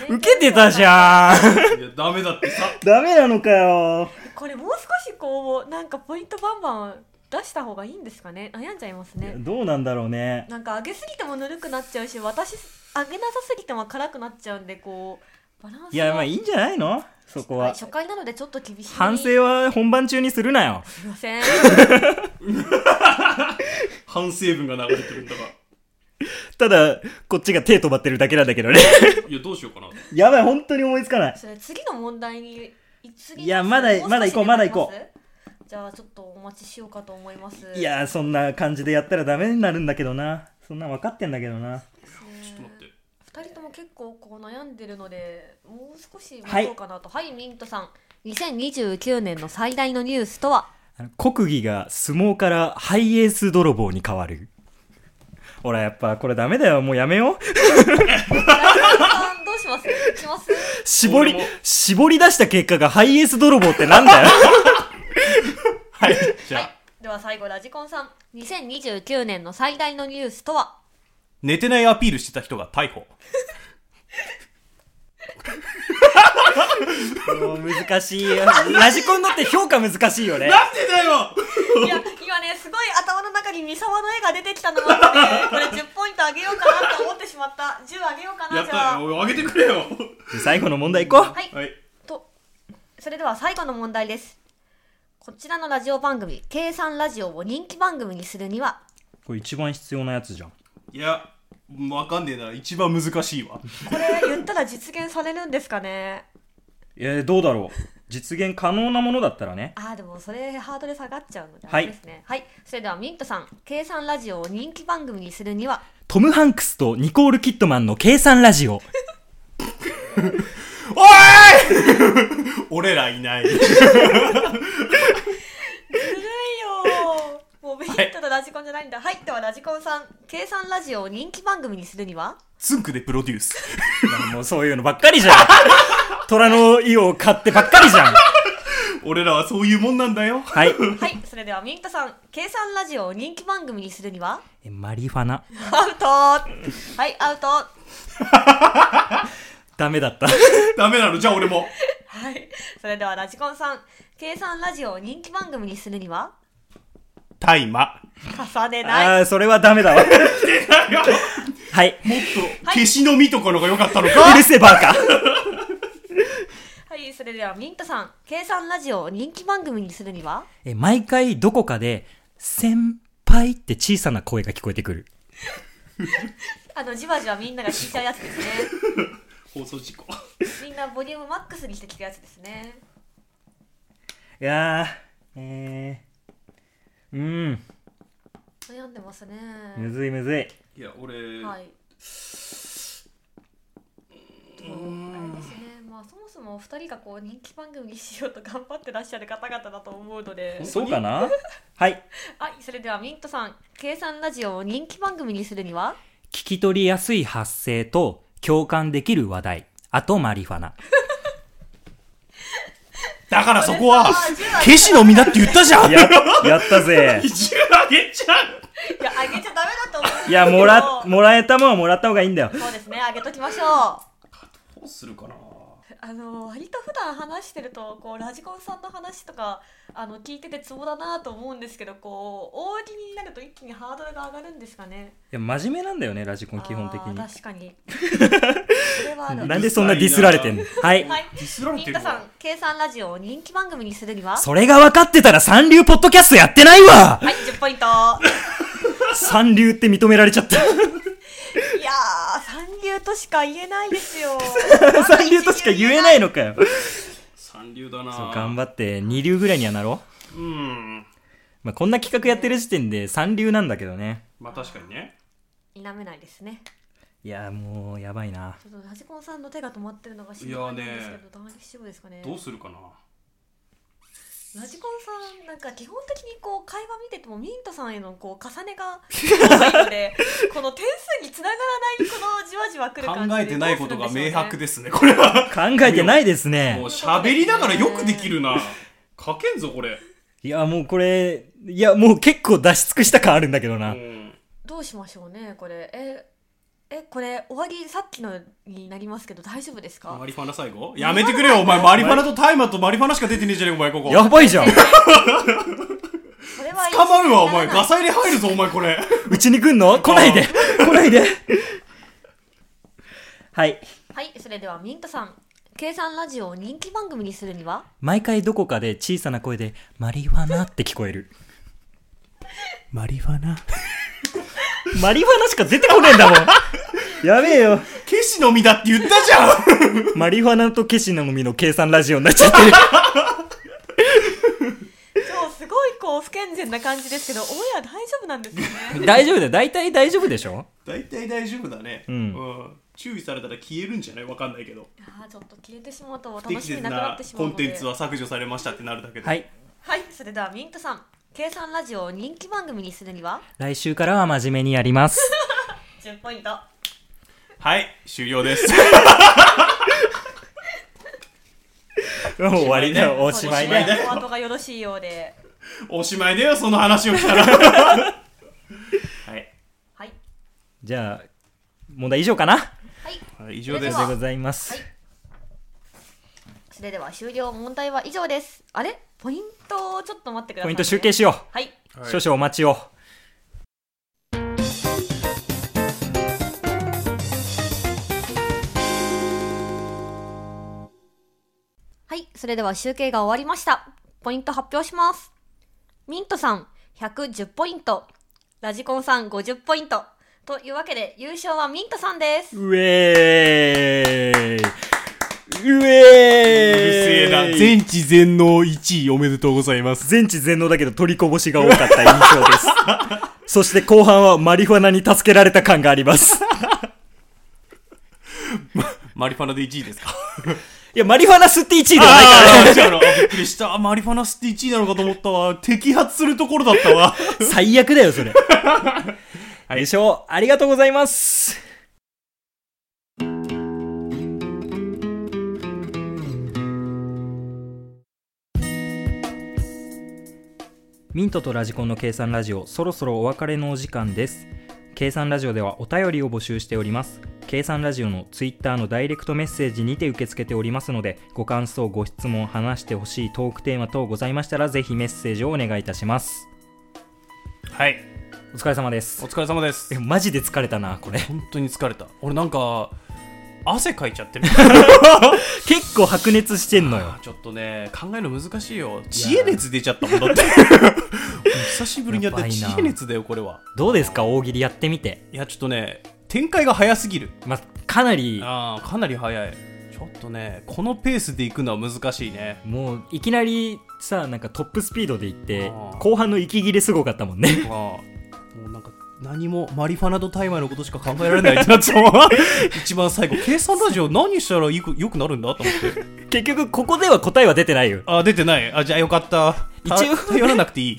Speaker 1: 受けてたじ
Speaker 3: ん
Speaker 1: ゃん
Speaker 4: いや、ダメだってさ。
Speaker 1: ダメなのかよ
Speaker 3: これもう少しこうなんかポイントバンバン出した方がいいんですかね悩んじゃいますね
Speaker 1: どうなんだろうね
Speaker 3: なんか揚げすぎてもぬるくなっちゃうし私揚げなさすぎても辛くなっちゃうんでこうバランスが
Speaker 1: いやまあいいんじゃないのそこ
Speaker 3: はい
Speaker 1: は
Speaker 3: 初回なのでちょっと厳しい
Speaker 1: 反省は本番中にするなよ
Speaker 3: すいません
Speaker 4: 反省文が流れてるんだが。
Speaker 1: ただこっちが手飛ばってるだけなんだけどね
Speaker 4: いや、どうしようかな。
Speaker 1: やばい本当に思いつかない
Speaker 3: それ次の問題に次の
Speaker 1: いやまだ
Speaker 3: もう少し
Speaker 1: まだ行こうまだ行こう
Speaker 3: できますじゃあちょっとお待ちしようかと思います
Speaker 1: いやーそんな感じでやったらダメになるんだけどなそんなん分かってんだけどな
Speaker 4: ちょっと待って。
Speaker 3: 二人とも結構こう悩んでるのでもう少し
Speaker 1: は
Speaker 3: 待
Speaker 1: い
Speaker 3: とうかなとはい、ミントさん2029年の最大のニュースとは
Speaker 1: あの国技が相撲からハイエース泥棒に変わるほらやっぱこれダメだよもうやめよ う
Speaker 3: さんどうします行きます
Speaker 1: 絞り
Speaker 4: 俺も
Speaker 1: 絞り出した結果がハイエース泥棒ってなんだよ
Speaker 4: はい、じゃ
Speaker 3: はいでは最後ラジコンさん2029年の最大のニュースとは
Speaker 2: 寝てないアピールしてた人が逮捕。
Speaker 1: もう難しいよラジコンだって評価難しい よね
Speaker 4: あ。なんでだよ
Speaker 3: いや今ねすごい頭の中に三沢の絵が出てきたのもあってこれ10ポイントあげようかなと思ってしまった10あげようか
Speaker 4: や
Speaker 3: な
Speaker 4: っ
Speaker 3: じゃ
Speaker 4: た
Speaker 3: あ
Speaker 4: よ。あげてくれよ。
Speaker 1: 最後の問題いこう
Speaker 3: はい
Speaker 4: はい。
Speaker 3: とそれでは最後の問題ですこちらのラジオ番組「計算ラジオ」を人気番組にするには
Speaker 1: これ一番必要なやつじゃん
Speaker 4: いや、わかんねえな。一番難しいわ。
Speaker 3: これ言ったら実現されるんですかね
Speaker 1: えー、どうだろう実現可能なものだったらね
Speaker 3: あーでもそれハードル下がっちゃうので
Speaker 1: は
Speaker 3: あ
Speaker 1: い
Speaker 3: れですねはい、それではミントさん「計算ラジオ」を人気番組にするには
Speaker 1: トム・ハンクスとニコール・キットマンの計算ラジオ
Speaker 4: おい俺らいない。
Speaker 3: ずるいよ ーもうミントとラジコンじゃないんだはい、ではラジコンさん「計算ラジオ」を人気番組にするには
Speaker 2: ツンクでプロデュース。
Speaker 1: もうそういうのばっかりじゃん 虎の意を買ってばっかりじゃん
Speaker 4: 俺らはそういうもんなんだよ。
Speaker 1: はい
Speaker 3: はいそれではミントさん「計算ラジオ」を人気番組にするには
Speaker 1: えマリファナ
Speaker 3: アウトーはいアウトー
Speaker 1: ダメだった
Speaker 4: ダメなのじゃあ俺も。
Speaker 3: はい。それではラジコンさん、計算ラジオを人気番組にするには
Speaker 2: 大麻。
Speaker 3: 重ねない。
Speaker 1: ああそれはダメだわはい
Speaker 4: もっと、消しの実とかのが良かったのか、
Speaker 1: うるせえバカ
Speaker 3: はい。それではミントさん、計算ラジオを人気番組にするには
Speaker 1: え毎回どこかで「先輩」って小さな声が聞こえてくる
Speaker 3: あの、じわじわみんなが聞いちゃうやつですね。
Speaker 4: 放送事故。
Speaker 3: みんなボリュームマックスにして聞くやつですね。
Speaker 1: いやーえー、うん
Speaker 3: 悩んでますね。
Speaker 1: むずいむずい
Speaker 4: いや、俺、
Speaker 3: はい。でもあれですねまあ、そもそもお二人がこう人気番組にしようと頑張ってらっしゃる方々だと思うので
Speaker 1: そうかなはい
Speaker 3: はいそれではミントさん計算ラジオを人気番組にするには
Speaker 1: 聞き取りやすい発声と共感できる話題あとマリファナ
Speaker 4: だからそこは、
Speaker 3: 消
Speaker 4: しの実だって言ったじゃん
Speaker 1: ややったぜ
Speaker 4: 一応あげちゃう
Speaker 3: いや、あげちゃダメだと思うんですけど。
Speaker 1: いやもらもらえたもんはもらった方がいいんだよ
Speaker 3: そうですね、あげときましょう。あ
Speaker 4: どうするかな
Speaker 3: の、割と普段話してると、こう、ラジコンさんの話とか、あの、聞いててツボだなと思うんですけど、こう、大喜利になると一気にハードルが上がるんですかね。
Speaker 1: いや真面目なんだよねラジコン基本的
Speaker 3: あ
Speaker 1: に
Speaker 3: ー確 かに。それはある。
Speaker 1: なんでそんなディスられてんのはい
Speaker 3: はい。
Speaker 4: ディスられ
Speaker 3: ミ
Speaker 4: て
Speaker 3: ン
Speaker 4: る
Speaker 3: タさ
Speaker 4: わ
Speaker 3: ん、計算ラジオを人気番組にするには
Speaker 1: それが分かってたら三流ポッドキャストやってないわ
Speaker 3: はい、10ポイント。い
Speaker 1: 三流って認められちゃ った。
Speaker 3: やー、三流としか言えないですよ
Speaker 1: 三流としか言えないのか よ
Speaker 4: 三流だな
Speaker 1: そう頑張って二流ぐらいにはなろう、
Speaker 4: うん
Speaker 1: まあ、こんな企画やってる時点で三流なんだけどね
Speaker 4: まあ確かにね
Speaker 3: 否めないですね。
Speaker 1: いやもうやばいな
Speaker 3: ちょっとラジコンさんの手が止まってるのが心配なんですけど、大丈夫ですかね。
Speaker 4: どうするかな
Speaker 3: ラジコンさんなんか基本的にこう会話見ててもミントさんへのこう重ね が多いので、この点数につながらないこのじわじわくる感じ
Speaker 2: 考えてないことが明白
Speaker 3: で
Speaker 2: ですね、これは。
Speaker 1: 考えてないですね
Speaker 4: もう喋りながらよくできるな書けんぞこれ
Speaker 1: いやもうこれいやもう結構出し尽くした感あるんだけど
Speaker 4: う
Speaker 1: な、
Speaker 4: ん
Speaker 3: どうしましょうねこれええこれ終わりさっきのになりますけど大丈夫ですか
Speaker 4: マリファナ最後やめてくれよ、お前。マリファナとタイマーとマリファナしか出てねえじゃねえか、お前、ここ。
Speaker 1: やばい じゃん。
Speaker 3: それは
Speaker 4: 捕まるわ、お前。
Speaker 3: ならな
Speaker 4: ガ
Speaker 3: い
Speaker 4: サ入れ入るぞ、お前、これ。
Speaker 1: うちに来んの来ないで。来ないで。はい。
Speaker 3: はいそれではミントさん計算ラジオを人気番組にするには
Speaker 1: 毎回どこかで小さな声で、マリファナって聞こえる。
Speaker 2: マリファナ
Speaker 1: マリファナしか出てこねえんだもん。 やべえよ。
Speaker 4: ケシの実だって言ったじゃん
Speaker 1: マリファナとケシの実の計算ラジオになっちゃってる。
Speaker 3: 今日すごいこう不健全な感じですけどオンエア大丈夫なんですよね
Speaker 1: 大丈夫だよ。大体大丈夫でしょ
Speaker 4: 大体大丈夫だね。
Speaker 1: うん
Speaker 4: 注意されたら消えるんじゃないわかんないけど。
Speaker 3: あーちょっと消えてしまうと
Speaker 4: 不
Speaker 3: 楽
Speaker 4: 適
Speaker 3: しみ
Speaker 4: 切
Speaker 3: なくなっ
Speaker 4: な
Speaker 3: てしま
Speaker 4: コ
Speaker 3: うの
Speaker 4: ン
Speaker 3: で
Speaker 4: テンツは削除されましたってなるだけで。
Speaker 1: は。い。
Speaker 3: はいそれではミントさん計算ラジオを人気番組にするには
Speaker 1: 来週からは真面目にやります。
Speaker 3: 10ポイント
Speaker 4: はい、終了です。
Speaker 1: もう 終わりだよ。おしまいだ
Speaker 3: そうで
Speaker 1: よ。
Speaker 3: すねお後がよろしいようで
Speaker 4: おしまいだよ、その話を したら。はい。
Speaker 3: はい
Speaker 1: じゃあ、問題以上かな
Speaker 3: は
Speaker 4: は
Speaker 3: い
Speaker 4: い以
Speaker 3: 上
Speaker 4: 上
Speaker 3: で
Speaker 4: ですす
Speaker 1: で。ございます。
Speaker 3: それでは終了問題は以上ですあれポイントをちょっと待ってくださ
Speaker 1: ポ
Speaker 3: い、
Speaker 1: イン
Speaker 3: ね、
Speaker 1: ト集計しよ
Speaker 3: はい、
Speaker 1: う。
Speaker 4: はい
Speaker 1: 少々お待ちを。
Speaker 3: はい、それでは集計が終わりましたポイント発表しますミントさん110ポイントラジコンさん50ポイントというわけで優勝はミントさんです
Speaker 1: うえーいう
Speaker 4: る
Speaker 1: え
Speaker 4: せえ
Speaker 1: ー
Speaker 4: な。全知全能1位おめでとうございます。
Speaker 1: 全知全能だけど取りこぼしが多かった印象です。そして後半はマリファナに助けられた感があります。
Speaker 4: マリファナで1位ですか
Speaker 1: いや、マリファナ吸って1位ではないから、
Speaker 4: ああ、違うの。びっくりした。マリファナスって1位なのかと思ったわ。摘発するところだったわ。
Speaker 1: 最悪だよ、それ。でしょう。ありがとうございます。ミントとラジコンの計算ラジオ、そろそろお別れのお時間です。計算ラジオではお便りを募集しております。計算ラジオのツイッターのダイレクトメッセージにて受け付けておりますので、ご感想、ご質問、話してほしいトークテーマ等ございましたら、ぜひメッセージをお願いいたします。
Speaker 2: はい
Speaker 1: お疲れ様です
Speaker 2: お。疲れ様です
Speaker 1: えマジで疲れたなこ れ
Speaker 2: 本当に疲れた俺なんか汗かいちゃっ てる
Speaker 1: 結構白熱してんのよ
Speaker 2: ちょっとね考えるの難しいよ
Speaker 4: 知恵熱出ちゃったもんだ って。久しぶりにやっ
Speaker 1: や
Speaker 4: て
Speaker 1: ばい
Speaker 4: 知
Speaker 1: な
Speaker 4: 恵熱だよ、これは。
Speaker 1: どうですか大喜利やってみて
Speaker 2: いやちょっとね展開が早すぎる
Speaker 1: まあかなり
Speaker 2: ああかなり早いちょっとねこのペースで行くのは難しいね
Speaker 1: もういきなりさなんかトップスピードでいって
Speaker 2: あー
Speaker 1: 後半の息切れすごかったもんね
Speaker 2: ああもうなんか何もマリファナとタイマーのことしか考えられないってなって たわ一番最後計算ラジオ何したらよくよくなるんだと思っ て
Speaker 1: 結局ここでは答えは出てないよ
Speaker 2: あー出てないあじゃあよかった
Speaker 1: 一応
Speaker 2: 頼らなくていい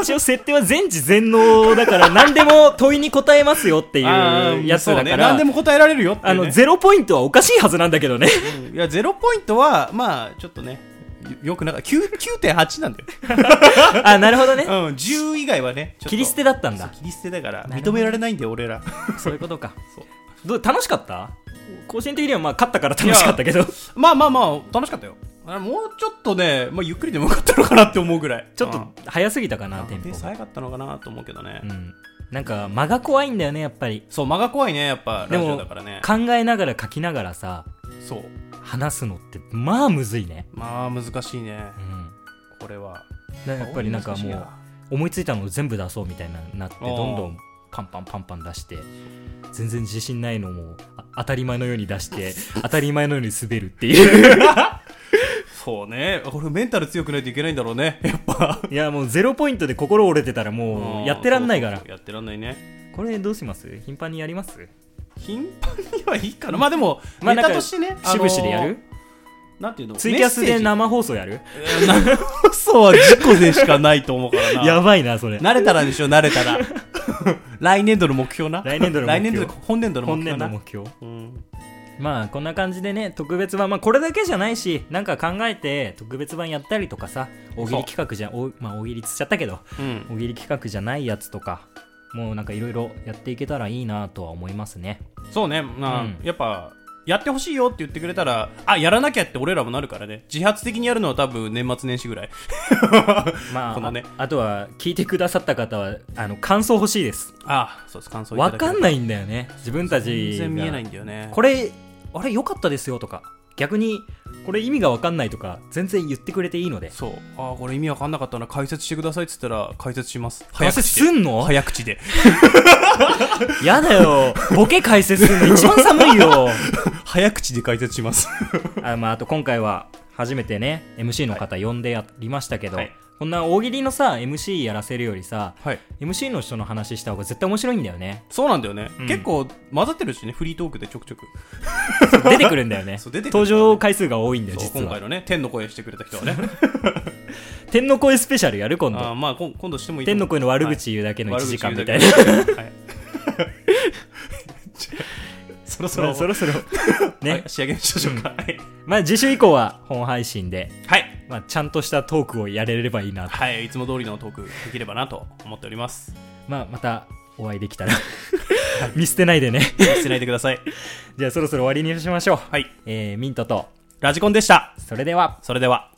Speaker 1: 一応設定は全知全能だ から何でも問いに答えますよってい
Speaker 2: あー
Speaker 1: うやつだから
Speaker 2: そうね、何でも答えられるよってい
Speaker 1: あ
Speaker 2: うね、
Speaker 1: のゼロポイントはおかしいはずなんだけど ね
Speaker 2: いやゼロポイントはまあちょっとねよよくなかった9 9.8なんだよ、
Speaker 1: あなるほどね
Speaker 2: うん、10以外はねちょっと
Speaker 1: 切り捨てだったん
Speaker 2: そう
Speaker 1: だ
Speaker 2: 切り捨てだから
Speaker 1: なるほど
Speaker 2: 認められないんだよ俺ら
Speaker 1: そういうことか
Speaker 2: そう
Speaker 1: どう楽しかった個人的にはまあ勝ったから楽しかったけど ち
Speaker 2: まあまあまあ楽しかったよあもうちょっとね、まあ、ゆっくりでもよかったのかなって思うぐらい
Speaker 1: ょっと早すぎたかなテンポ
Speaker 2: ペー
Speaker 1: が
Speaker 2: ス早かったのかなと思うけどね、
Speaker 1: うん、なんか間が怖いんだよねやっぱり
Speaker 2: そう間が怖いねやっぱ
Speaker 1: で
Speaker 2: ラジオ
Speaker 1: も
Speaker 2: だからね
Speaker 1: 考えながら書きながらさ
Speaker 2: そう
Speaker 1: 話すのってまあむずいね
Speaker 2: まあ難しいね
Speaker 1: うん
Speaker 2: これは
Speaker 1: だからやっぱりなんかもう思いついたのを全部出そうみたいななって
Speaker 2: あー
Speaker 1: どんどんパンパンパンパン出して全然自信ないのもあ当たり前のように出して 当たり前のように滑るっていう
Speaker 2: そうね俺メンタル強くないといけないんだろう ねやっぱ
Speaker 1: いやもうゼロポイントで心折れてたらもうやってらんないか
Speaker 2: そう
Speaker 1: ら
Speaker 2: そう そうやってらんないね
Speaker 1: これどうします頻繁にやります
Speaker 2: 頻繁にはいいかなまあでも、
Speaker 1: まあ
Speaker 2: ネ
Speaker 1: なんか
Speaker 2: タとしてね
Speaker 1: しぶしでやる、
Speaker 2: あのーなんていうの
Speaker 1: ツイキャスで
Speaker 2: メッ
Speaker 1: 生放送やる
Speaker 2: セージ生放送は事故でしか ないと思うからな
Speaker 1: やばいなそれ
Speaker 2: 慣れたらでしょ慣れ たら来年度の目標な
Speaker 1: 来年度の目標
Speaker 2: 来年度本年度の目
Speaker 1: 本
Speaker 2: 標
Speaker 1: 年
Speaker 2: な
Speaker 1: の目標
Speaker 2: うん
Speaker 1: まあこんな感じでね特別版まあこれだけじゃないしなんか考えて特別版やったりとかさ大喜利企画じゃおまあ大喜利つっちゃったけど
Speaker 2: うん
Speaker 1: 大喜利企画じゃないやつとかもうなんかいろいろやっていけたらいいなとは思いますね。
Speaker 2: そうね、まあ
Speaker 1: うん
Speaker 2: やっぱやってほしいよって言ってくれたらあやらなきゃって俺らもなるからね自発的にやるのは多分年末年始ぐらい
Speaker 1: まあ、
Speaker 2: このね
Speaker 1: ああとは聞いてくださった方は、あの、感想欲しいです。
Speaker 2: あそうです感想いた
Speaker 1: わ
Speaker 2: だけ
Speaker 1: かんないんだよね。自分たちが。
Speaker 2: 全然見えないんだよね
Speaker 1: これ、あれ良かったですよとか、逆に、これ意味がわかんないとか、全然言ってくれていいので。
Speaker 2: そうあこれ意味わかんなかったな解説してくださいっつったら解説します
Speaker 1: 解説すんの
Speaker 2: 早 口で
Speaker 1: やだよ。ボケ解説するの一番寒い よ。
Speaker 2: 早口で解説します
Speaker 1: あ,、まあ、あと今回は初めてね MC の方呼んでやりましたけど、
Speaker 2: はい
Speaker 1: こんな大喜利のさ MC やらせるよりさ
Speaker 2: はい
Speaker 1: MC の人の話した方が絶対面白いんだよね
Speaker 2: そうなんだよね、
Speaker 1: ん
Speaker 2: 結構混ざってるしねフリートークでちょくちょく
Speaker 1: 出てくるんだよね
Speaker 2: そう出てくる
Speaker 1: 登場回数が多いんだよ
Speaker 2: そう
Speaker 1: 実
Speaker 2: 今回
Speaker 1: は
Speaker 2: のね天の声してくれた人はね
Speaker 1: 天の声スペシャルやる今
Speaker 2: あー
Speaker 1: 度
Speaker 2: まあこん今度してもいいと
Speaker 1: 天
Speaker 2: 思
Speaker 1: の
Speaker 2: う
Speaker 1: 声の悪口言うだけの1
Speaker 2: 悪
Speaker 1: 時
Speaker 2: 口
Speaker 1: 間
Speaker 2: 言う
Speaker 1: み
Speaker 2: だ
Speaker 1: たい
Speaker 2: け
Speaker 1: な、
Speaker 2: はい、そろそ ろ
Speaker 1: そろそろ
Speaker 2: は
Speaker 1: ね
Speaker 2: い、仕上げましょうか、はい
Speaker 1: まあ次週以降は本配信で、
Speaker 2: はい、
Speaker 1: まあ、ちゃんとしたトークをやれればいいなと、
Speaker 2: はい、いつも通りのトークできればなと思っております
Speaker 1: まあ、またお会いできたら見捨てないでね
Speaker 2: 捨てないでください
Speaker 1: じゃあそろそろ終わりにしましょう、
Speaker 2: はい
Speaker 1: えーミントと
Speaker 2: ラジコンでした
Speaker 1: それでは
Speaker 2: それでは